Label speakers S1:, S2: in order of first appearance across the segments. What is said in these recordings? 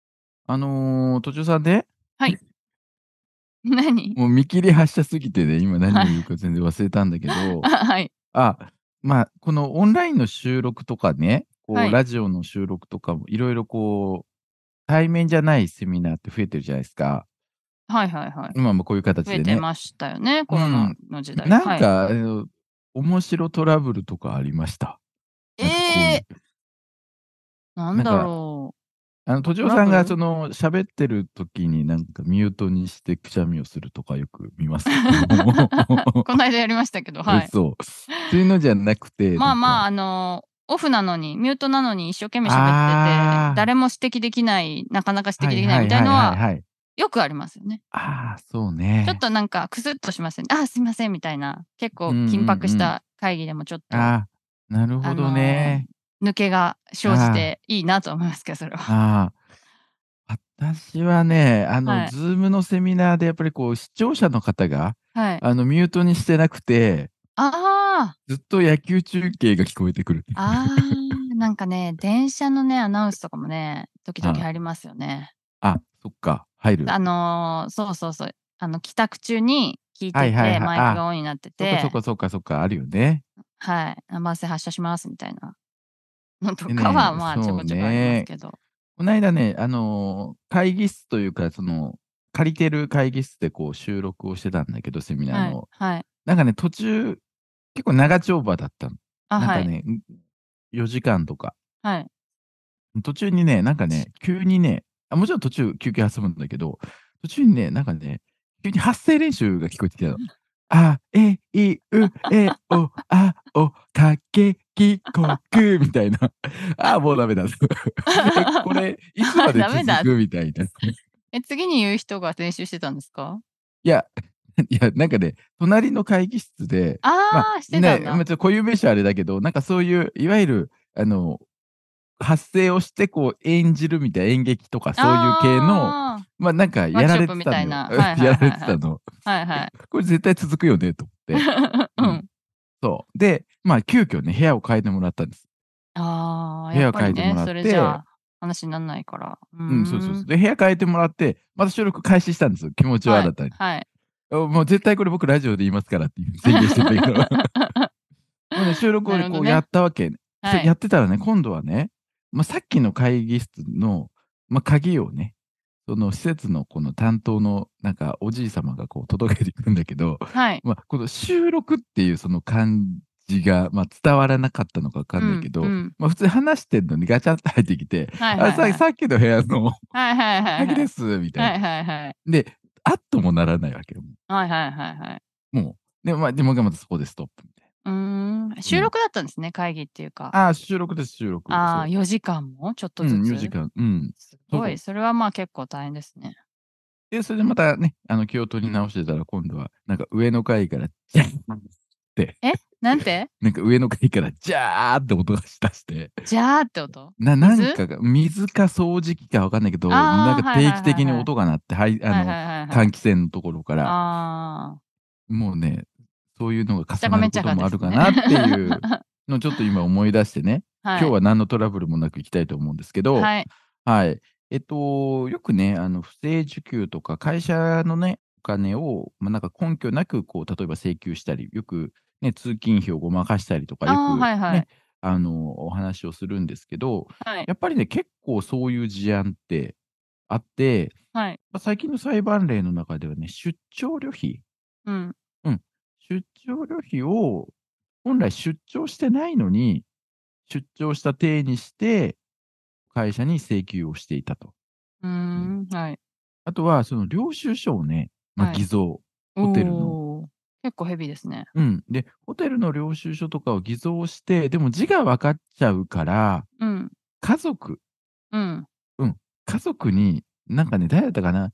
S1: あのー、途中さんね、
S2: 何
S1: もう見切り発車すぎてね、今何を言うか全然忘れたんだけど、
S2: はい
S1: あ、まあ、このオンラインの収録とかね、こう
S2: はい
S1: ラジオの収録とかも、いろいろこう、対面じゃないセミナーって増えてるじゃないですか。
S2: はいはいはい
S1: 今もこういう形
S2: 増
S1: で
S2: え
S1: ね。
S2: てましたよね、コロナの時代。
S1: なん
S2: はい
S1: か、あの面白トラブルとかありました。
S2: ええなんだろ
S1: あの、途中
S2: ト
S1: さ
S2: ラ
S1: ん
S2: ブル
S1: がその喋ってる時になんかミュートにしてくしゃみをするとかよく見 ますけども。
S2: う。この間やりましたけど、はい。
S1: そう。そういうのじゃなくて。
S2: まあまあ、
S1: あ。
S2: あのオフなのに、ミュートなのに一生懸命喋って
S1: あ
S2: て、
S1: ー
S2: 誰も指摘できない、なかなか指摘でき
S1: は
S2: ないみたいの
S1: は
S2: は、
S1: いはいはいはい
S2: よくありますよね。
S1: ああ、そうね。
S2: ちょっとなんか、くすっとしますよね。あー、すいません、みたいな。結構、
S1: うんうんうん
S2: 緊迫した会議でもちょっと、
S1: ああ、なるほどね。
S2: 抜けが生じていいなと思いますけど、それは。
S1: ああ。私はね、あの、
S2: はい
S1: ズームのセミナーでやっぱりこう、視聴者の方が、
S2: はい。あ
S1: あの、ミュートにしてなくて、
S2: あー、
S1: ずっと野球中継が聞こえてくる。
S2: ああ、なんかね、電車のね、アナウンスとかもね、時々
S1: はい
S2: 入りますよね。
S1: あ、そっか、入る。
S2: あのーそうそうそう、あの、帰宅中に聞いてて、
S1: はいはいはい
S2: マイクがオンになって
S1: そっかそ
S2: て
S1: っ、かそっかそっか、あるよね。
S2: はい、生汗発射しますみたいなのと
S1: でね
S2: かは、まあ、
S1: そう
S2: ちょこちょこありますけど。
S1: この間ね、あのー会議室というか、その、借りてる会議室でこう収録をしてたんだけど、セミナ
S2: は
S1: ー
S2: い
S1: の。、
S2: はい。
S1: なんかね、途中、結構長丁場だったの。
S2: あ、
S1: なん
S2: は
S1: か
S2: い、
S1: ね、4時間とか。
S2: はい。
S1: 途中にね、なんかね、急にね、あもちろん途中休憩挟むんだけど、途中にね、なんかね、急に発声練習が聞こえてきた の。あ、え、い、う、え、お、あ、お、かけ、き、こく、みたいな。あ、もうダメ だ。えこれ、いつまで
S2: ダメだ
S1: 続くみたいな。い
S2: え、次に言う人が練習してたんですか
S1: や、いや、なんかね、隣の会議室で、
S2: ああ、してたん
S1: ね、ま
S2: だ。
S1: あちょっと固有名詞はあれだけど、なんかそういう、いわゆる、あの、発声をして、こう、演じるみたいな演劇とか、そういう系の、
S2: あ
S1: まあなんかやられてたのよ。
S2: ワークショップみた いなはいはいはいはい
S1: やられてたの。
S2: ーはいはい。
S1: これ絶対続くよね、と思 って。
S2: う
S1: うん
S2: ん。
S1: そう。で、まあ急遽ね、部屋を変えてもらったんです。
S2: ああ、
S1: 部屋
S2: やっぱり
S1: 変えて
S2: ね
S1: もら、っ
S2: それ
S1: て
S2: じゃあ話にならないから。う
S1: うん、そうそうそう。で、部屋変えてもらって、また収録開始したんですよ。気持ちを
S2: はい
S1: 新たに。
S2: はい。
S1: もう絶対これ僕ラジオで言いますからっていう宣言して た けど。もうね収録を
S2: なるほ
S1: こ
S2: ど
S1: う
S2: ね
S1: やったわけ。
S2: は
S1: や
S2: い。
S1: ってたらね、今度はね、まあ、さっきの会議室の、まあ、鍵をね、その施設のこの担当のなんかおじい様がこう届けていくんだけど、
S2: はい。
S1: まあ、この収録っていうその感じが、まあ、伝わらなかったのかわかんないけど、
S2: うんうん
S1: まあ、普通に話してんのにガチャッと入ってきて、
S2: はいはいは
S1: あ
S2: い
S1: ささっきの部屋の
S2: はいはいはいはい。
S1: 鍵です、みたいな。
S2: はいはいはい。
S1: で、あっともならないわけよ。
S2: はいはいはいはい。
S1: もう。で、まあ、でもまたそこでストップみたいう
S2: ーん。収録だったんですね、会議っていうか。
S1: な。ああ、収録です、収録。
S2: ああ、
S1: そう
S2: 4時間もちょっと
S1: う
S2: ずつ。
S1: ん、4時。間。うん。
S2: すご
S1: そ
S2: い。
S1: う
S2: それはまあ結構大変ですね。
S1: で、それでまたね、あの、気を取り直してたら、今度は、なんか上の階から、ジャーン
S2: なん て
S1: なんか上の階から、ジャーって音がしだして、
S2: じゃーって音
S1: な、な
S2: 水
S1: んかが、水か掃除機かわかんないけど、
S2: あー
S1: なんか
S2: はいはい
S1: 定
S2: はい
S1: 期的に音が鳴って、はい、
S2: は
S1: あ
S2: いは
S1: の、
S2: いはいはい。
S1: 換気扇のところから、
S2: あ
S1: もうね、そういうのが
S2: あ。
S1: 重なることもあるかなっていう
S2: ですね
S1: のをちょっと今思い出してね、
S2: はい、
S1: 今日は何のトラブルもなく行きたいと思うんですけど、
S2: はい。
S1: はい。えっと、よくね、あの不正受給とか、会社のね、お金を、まあ、なんか根拠なく、こう、例えば請求したり、よく、ね、通勤費をごまかしたりとか、よ
S2: あー
S1: く、ね、
S2: はいはい
S1: あの、お話をするんですけど、
S2: はい。
S1: やっぱりね、結構そういう事案ってあって、
S2: はい。
S1: まあ最近の裁判例の中ではね、出張旅費、
S2: うん。
S1: 出張旅費を、本来出張してないのに、出張した体にして、会社に請求をしていたと。
S2: うーん。はい。
S1: あとは、その領収書をね、ま
S2: は
S1: あ、
S2: い
S1: 偽造、ホテルの
S2: おー結構ヘビーですね。
S1: うん。で、ホテルの領収書とかを偽造して、でも字が分かっちゃうから、
S2: うん。
S1: 家族、
S2: うん。
S1: うん、家族に、なんかね、誰だったかな、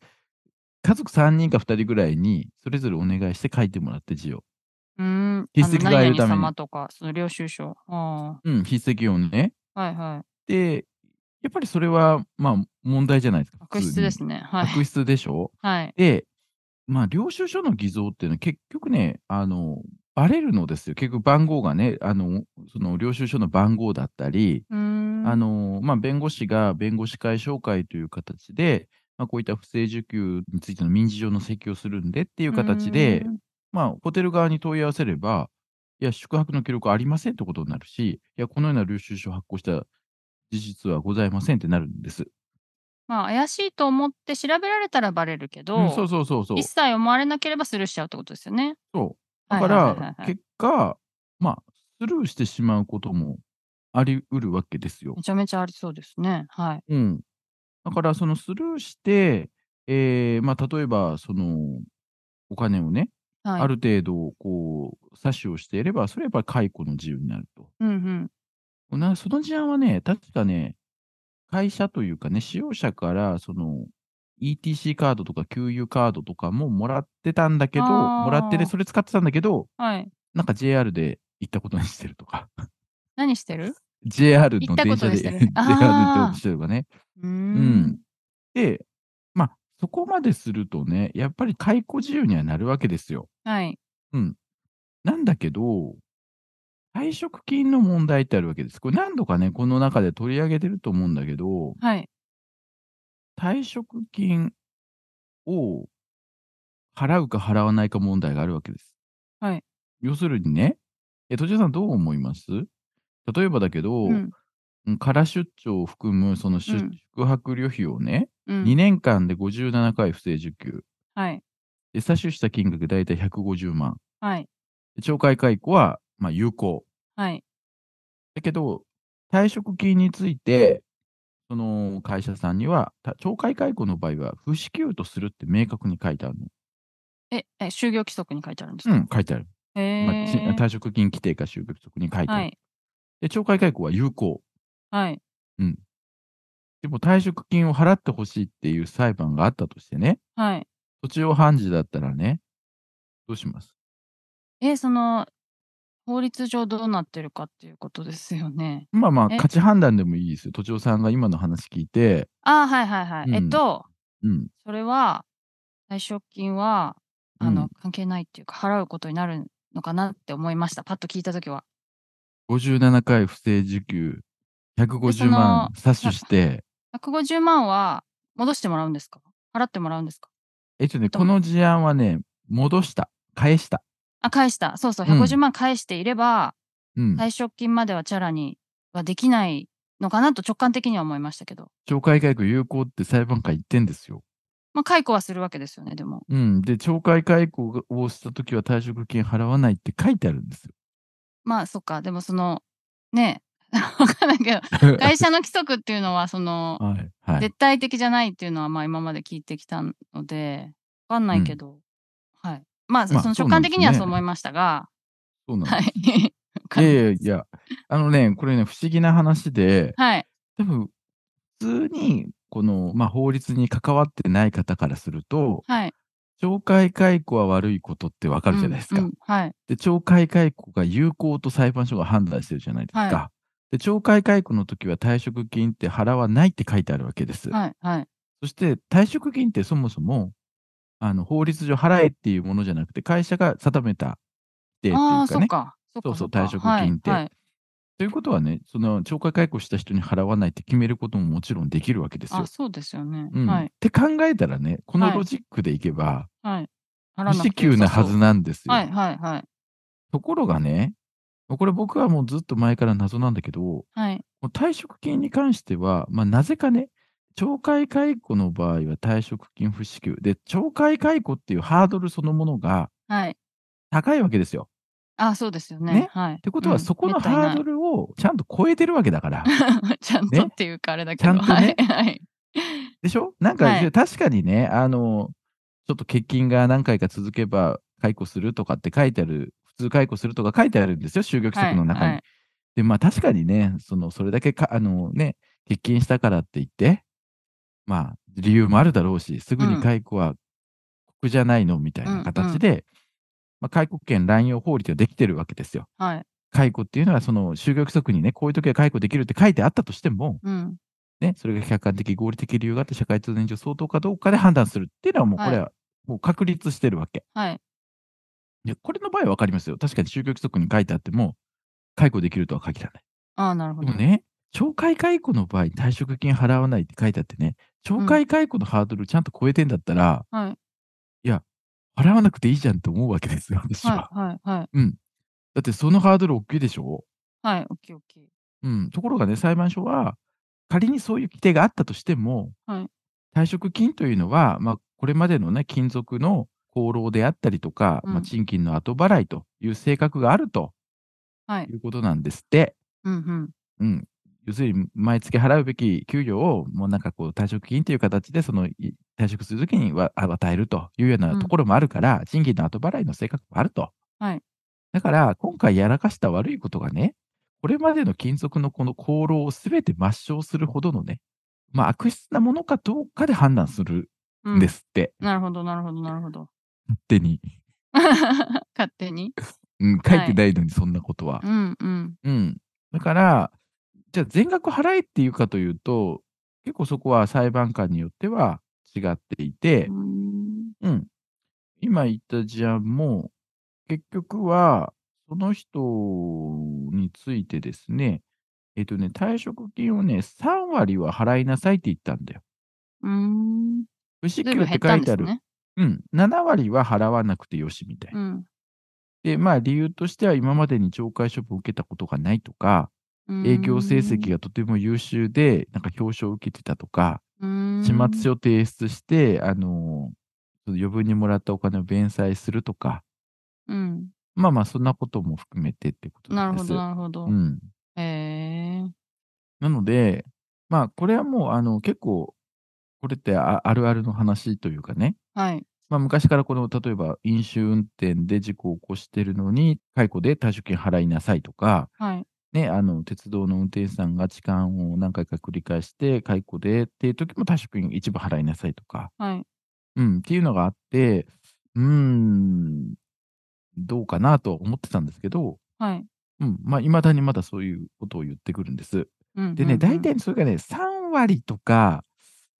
S1: 家族3人か2人ぐらいに、それぞれお願いして書いてもらって字を。
S2: うーん。あの
S1: 筆跡が得るために
S2: 何々様とか、その領収書。あ
S1: うん、筆跡をね。
S2: あ。はいは
S1: で、やっぱりそれは、まあ、問題じゃないです
S2: い。
S1: か。
S2: 悪
S1: 普
S2: 質
S1: 通に
S2: ですね。はい。
S1: 悪質でしょ
S2: はい。
S1: で、まあ、領収書の偽造っていうのは結局ね、あの、バレるのですよ。結局番号がね、あの、その領収書の番号だったり、
S2: うーん。
S1: あの、まあ、弁護士が弁護士会紹介という形で、まあ、こういった不正受給についての民事上の請求をするんでっていう形で、
S2: うーん
S1: まあ、ホテル側に問い合わせれば、いや、宿泊の記録ありませんってことになるし、いや、このような領収書を発行した事実はございませんってなるんです。
S2: まあ、怪しいと思って調べられたらバレるけど、
S1: うん、そうそうそうそう
S2: 一。切思われなければスルーしちゃうってことですよね。
S1: そう
S2: は
S1: だ
S2: い
S1: か
S2: はいはいはい
S1: ら、結果、まあ、スルーしてしまうこともあり得るわけですよ
S2: め。ちゃめちゃありそうですね。はい。
S1: うん。だから、そのスルーして、えーまあ、例えば、その、お金をね、
S2: はい、
S1: ある程度、こう、詐取をしていれば、それはやっぱり解雇の自由になると。
S2: うんうん。
S1: なその事案はね、確かね、会社というかね、使用者から、その、ETC カードとか給油カードとかももらってたんだけど、
S2: あー
S1: もらってで、それ使ってたんだけど、
S2: はい。
S1: なんか JR で行ったことにしてるとか。
S2: 何してる
S1: JR
S2: 行
S1: の
S2: ったこ
S1: 電
S2: と
S1: 車
S2: で
S1: で、
S2: すよ
S1: JR
S2: ね
S1: の電
S2: あー
S1: 車でとかね。
S2: うー
S1: うんん。。で、まあ、そこまでするとね、やっぱり解雇自由にはなるわけですよ。
S2: はい。
S1: なんだけど、退職金の問題ってあるわけです。これ何度かね、この中で取り上げてると思うんだけど、
S2: はい。
S1: 退職金を払うか払わないか問題があるわけです。
S2: はい。
S1: 要するにね、え、途中さんどう思います例えばだけど、
S2: うん。
S1: うん空出張を含むその出
S2: うん
S1: 宿泊旅費をね、
S2: うん
S1: 2年間で57回不正受給。
S2: はい。
S1: で、詐取した金額大体150万。
S2: はい。
S1: で懲戒解雇は、まあ、有効。
S2: はい。
S1: だけど、退職金について、その会社さんには、た懲戒解雇の場合は、不支給とするって明確に書いてあるの。
S2: え、え、就業規則に書いてあるんです
S1: う
S2: か、
S1: ん、書いてある。
S2: へえ
S1: まあち退職金規定か就業規則に書いてある。
S2: はい。
S1: で、懲戒解雇は有効。
S2: はい。
S1: でも退職金を払ってほしいっていう裁判があったとしてね、
S2: はい。
S1: 土地を判事だったらね、どうします
S2: え、その、法律上どうなってるかっていうことですよね。
S1: まあまあ、
S2: え
S1: 価値判断でもいいですよ。土地さんが今の話聞いて、
S2: ああ、はいはいはい。
S1: うん
S2: えっと、
S1: うん、
S2: それは、退職金は、あの、
S1: うん
S2: 関係ないっていうか、払うことになるのかなって思いました。パッと聞いたときは。
S1: 57回不正受給、150万詐取して、
S2: 150万は戻してもらうんですか払ってもらうんですか
S1: えっとね、この事案はね、戻した、返した。
S2: あ、返した。そうそう。
S1: うん
S2: 150万返していれば、
S1: うん、
S2: 退職金まではチャラにはできないのかなと直感的には思いましたけど。
S1: 懲戒解雇有効って裁判官言ってんですよ。
S2: まあ、解雇はするわけですよね、でも。
S1: うん、で、懲戒解雇をしたときは退職金払わないって書いてあるんですよ。
S2: まあ、そっか。でも、その、ね え、わかんないけど、 会社の規則っていうのは、その、
S1: はい。はい。
S2: 絶対的じゃないっていうのはまあ今まで聞いてきたのでわかんないけど、はいまあそ
S1: まあ
S2: その
S1: そう
S2: 直
S1: なん
S2: 感
S1: ですね
S2: 的にはそう思いましたが、
S1: そうなん
S2: は
S1: です。
S2: いわか
S1: い
S2: ん
S1: や
S2: ない
S1: や
S2: い
S1: いや、あのね、これね、不思議な話で、
S2: はい
S1: 多分、普通に、この、まあ、法律に関わってない方からすると、
S2: はい
S1: 懲戒解雇は悪いことってわかるじゃないですか。
S2: うんうんはい
S1: で、懲戒解雇が有効と裁判所が判断してるじゃないですか。
S2: は
S1: で、懲戒解雇の時は退職金って払わないって書いてあるわけです。
S2: はいはい
S1: そして、退職金ってそもそも、あの、法律上払えっていうものじゃなくて、会社が定めた規定っていう
S2: あ
S1: か
S2: あそっ
S1: ね。
S2: かそっか
S1: そうそう
S2: っか
S1: 退職金って
S2: はいはい
S1: ということはね、その懲戒解雇した人に払わないって決めることももちろんできるわけですよ
S2: あ。そうですよね、
S1: うん
S2: はい
S1: って考えたらね、この
S2: はい
S1: ロジックでいけば、
S2: はい
S1: 不
S2: 払わなく
S1: 支
S2: てよ
S1: 給
S2: さ
S1: なはず
S2: そう
S1: なんですよ。
S2: はいはいはい
S1: ところがね、これ僕はもうずっと前から謎なんだけど、も
S2: はい、
S1: う退職金に関しては、まあ、なぜかね、懲戒解雇の場合は退職金不支給。で、懲戒解雇っていうハードルそのものが
S2: はい、
S1: 高いわけですよ。
S2: あそうですよね
S1: ね
S2: はいっ
S1: ってことは、そこのハード
S2: ル
S1: ルをちゃんと超えてるわけだから。
S2: ちゃんとっていうかあれだけど、
S1: ちゃんとね
S2: はいはい
S1: でしょなんか、
S2: はい
S1: 確かにね、あの、ちょっと欠勤が何回か続けば解雇するとかって書いてある、普通解雇するとか書いてあるんですよ、就業規則の中に。
S2: はいはい
S1: で、まあ確かにね、その、それだけか、あのね、欠勤したからって言って、まあ、理由もあるだろうし、すぐに解雇は国じゃないのみたいな形で、まあ、解雇権乱用法律ができてるわけですよ。
S2: はい。
S1: 解雇っていうのは、その就業規則にね、こういう時は解雇できるって書いてあったとしても、
S2: うん。
S1: ね、それが客観的、合理的理由があって、社会通念上相当かどうかで判断するっていうのは、もうこれは、もう確立してるわけ。
S2: はい。
S1: で、これの場合は分かりますよ。確かに就業規則に書いてあっても、解雇できるとは限らない。
S2: ああ、なるほ
S1: で
S2: ど。
S1: もね、懲戒解雇の場合、退職金払わないって書いてあってね、懲戒解雇のハードルちゃんと超えてんだったら、
S2: はい。
S1: 払わなくていいじゃんと思うわけですよ、私は。
S2: はい。はい。はい。
S1: だってそのハードル大きいでしょ
S2: はい。おっきいおっきい。
S1: うん。ところがね、裁判所は、仮にそういう規定があったとしても、
S2: はい
S1: 退職金というのは、まあ、これまでのね、勤続の功労であったりとか、
S2: うん
S1: まあ、賃金の後払いという性格があると
S2: はい
S1: い。うことなんですって。
S2: うんうん。
S1: うん。要するに、毎月払うべき給与を、もうなんかこう、退職金という形で、その、い退職するときにはあ与えるというよう
S2: うん
S1: なところもあるから、賃金の後払いの性格もあると。
S2: はい
S1: だから、今回やらかした悪いことがね、これまでの金属のこの功労をすべて抹消するほどのね、まあ、悪質なものかどうかで判断する
S2: うん
S1: んですって、
S2: なるほど、なるほど、なるほど。
S1: 勝手に。
S2: 勝手に。
S1: うん、書いてないのに、そんなことは。
S2: うんうん。
S1: うん。だから、じゃあ全額払えっていうかというと、結構そこは裁判官によっては違っていて
S2: うー、ん
S1: うん。今言った事案も、結局は、その人についてですね、えっとね、退職金をね、3割は払いなさいって言ったんだよ。
S2: うーん。
S1: 不支給
S2: ず
S1: っ
S2: いぶん
S1: て
S2: 減
S1: 書
S2: ったん
S1: い
S2: で
S1: てあ
S2: す
S1: る。
S2: ね。
S1: うん。7割は払わなくてよしみたいな。
S2: うん。
S1: で、まあ理由としては今までに懲戒処分を受けたことがないとか、営業成績がとても優秀で、なんか表彰を受けてたとか、
S2: が
S1: 始末書を提出して、あのその余分にもらったお金を弁済するとか、
S2: うん。
S1: まあまあ、そんなことも含めてってことです。
S2: なるほど、なるほど
S1: う。ん。
S2: へえ。
S1: なので、まあ、これはもう、あの、結構、これってああるあるの話というかね、
S2: はい。
S1: まあ、昔からこの、例えば、飲酒運転で事故を起こしてるのに、解雇で退職金払いなさいとか、
S2: はい。
S1: ね、あの、鉄道の運転手さんが痴漢を何回か繰り返して、解雇でっていう時も退職金一部払いなさいとか、
S2: はい。
S1: うん、っていうのがあって、うーん、どうかなと思ってたんですけど、
S2: はい。
S1: うん、まあ、未だにまだそういうことを言ってくるんです。
S2: うん
S1: で
S2: うん
S1: ね、
S2: うん
S1: 大体それがね、3割とか、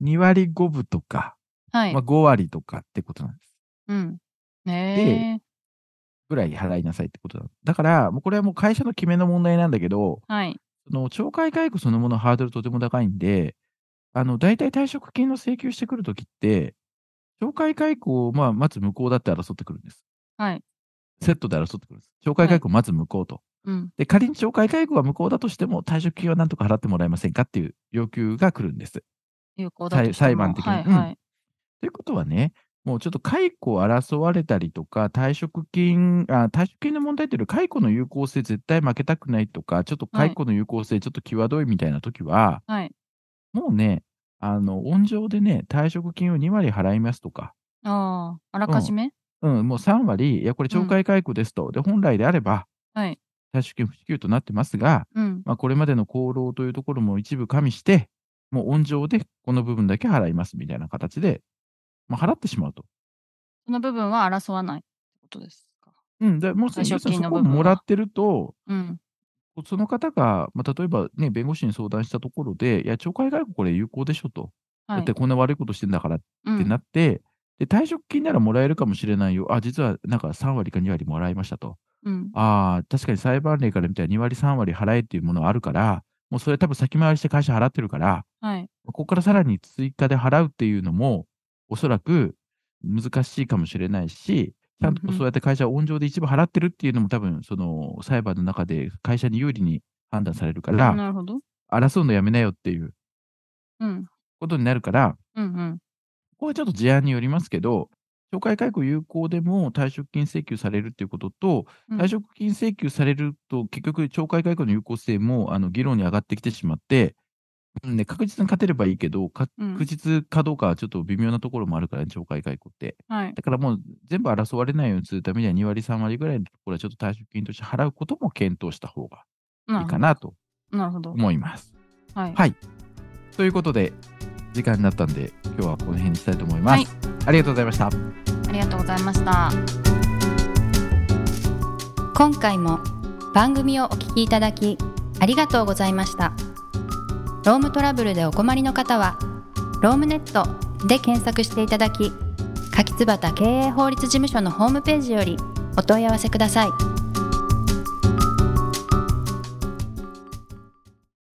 S1: 2割5分とか、
S2: はい
S1: まあ、。5割とかってことなんです。
S2: うん。ねえ。
S1: ぐらい払いなさいってことなの。だから、もうこれはもう会社の決めの問題なんだけど、
S2: はい。
S1: その懲戒解雇そのものハードルとても高いんで、あの、大体退職金の請求してくるときって、懲戒解雇を、まあ、まず無効だって争ってくるんです。
S2: はい。
S1: セットで争ってくるんです。懲戒解雇をまず無効と。
S2: うん。
S1: で、仮に懲戒解雇が無効だとしても、退職金はなんとか払ってもらえませんかっていう要求が来るんです。
S2: 有効だとしても
S1: 裁判的に
S2: はい。
S1: うん
S2: はい。
S1: ということはね、もうちょっと解雇を争われたりとか、退職金、あ退職金の問題というより、解雇の有効性絶対負けたくないとか、ちょっと解雇の有効性ちょっと際どいみたいなときは、
S2: はい。
S1: もうね、あの、温情でね、退職金を2割払いますとか、
S2: ああ、あらかじめ
S1: うん、もう3割、いや、これ懲戒解雇ですと。で、本来であれば、
S2: はい。
S1: 退職金不支給となってますが、
S2: うん。
S1: まあ、これまでの功労というところも一部加味して、もう温情でこの部分だけ払いますみたいな形で、まあ、払ってしまうと。
S2: その部分は争わないってことですか。
S1: うん、でもう
S2: 退職
S1: そ
S2: 金の
S1: こを
S2: 部分は
S1: もらってると、
S2: うん。
S1: その方が、まあ、例えばね、弁護士に相談したところで、いや、懲戒解雇これ有効でしょと。
S2: はい。
S1: だってこんな悪いことしてんだから
S2: う
S1: って
S2: ん
S1: なって、で、退職金ならもらえるかもしれないよ。あ、実はなんか3割か2割もらいましたと。
S2: うん。
S1: ああ、確かに裁判例から見たら2割3割払えっていうものはあるから、もうそれ多分先回りして会社払ってるから、
S2: はい。
S1: ここからさらに追加で払うっていうのも、おそらく難しいかもしれないし、ちゃん
S2: うんう
S1: と
S2: ん
S1: そうやって会社は温情で一部払ってるっていうのも多分、その裁判の中で会社に有利に判断されるから、
S2: なるほど。
S1: 争うのやめなよっていう
S2: うん。
S1: ことになるから、
S2: うんうん。
S1: ここはちょっと事案によりますけど、懲戒解雇有効でも退職金請求されるということと、
S2: うん
S1: 退職金請求されると、結局、懲戒解雇の有効性もあの議論に上がってきてしまって、うんね、確実に勝てればいいけど、確
S2: うん
S1: 実かどうかはちょっと微妙なところもあるから、ね、懲戒解雇って。
S2: はい。
S1: だからもう全部争われないようにするためには、2割、3割ぐらいのところはちょっと退職金として払うことも検討した方がいいかなと
S2: なるほど。
S1: 思います。
S2: はい。
S1: はいということで、時間になったんで、今日はこの辺にしたいと思います。
S2: はい
S1: ありがとうございました。
S2: ありがとうございました。
S3: 今回も番組をお聞きいただきありがとうございましたロームトラブルでお困りの方はロームネットで検索していただき柿椿経営法律事務所のホームページよりお問い合わせください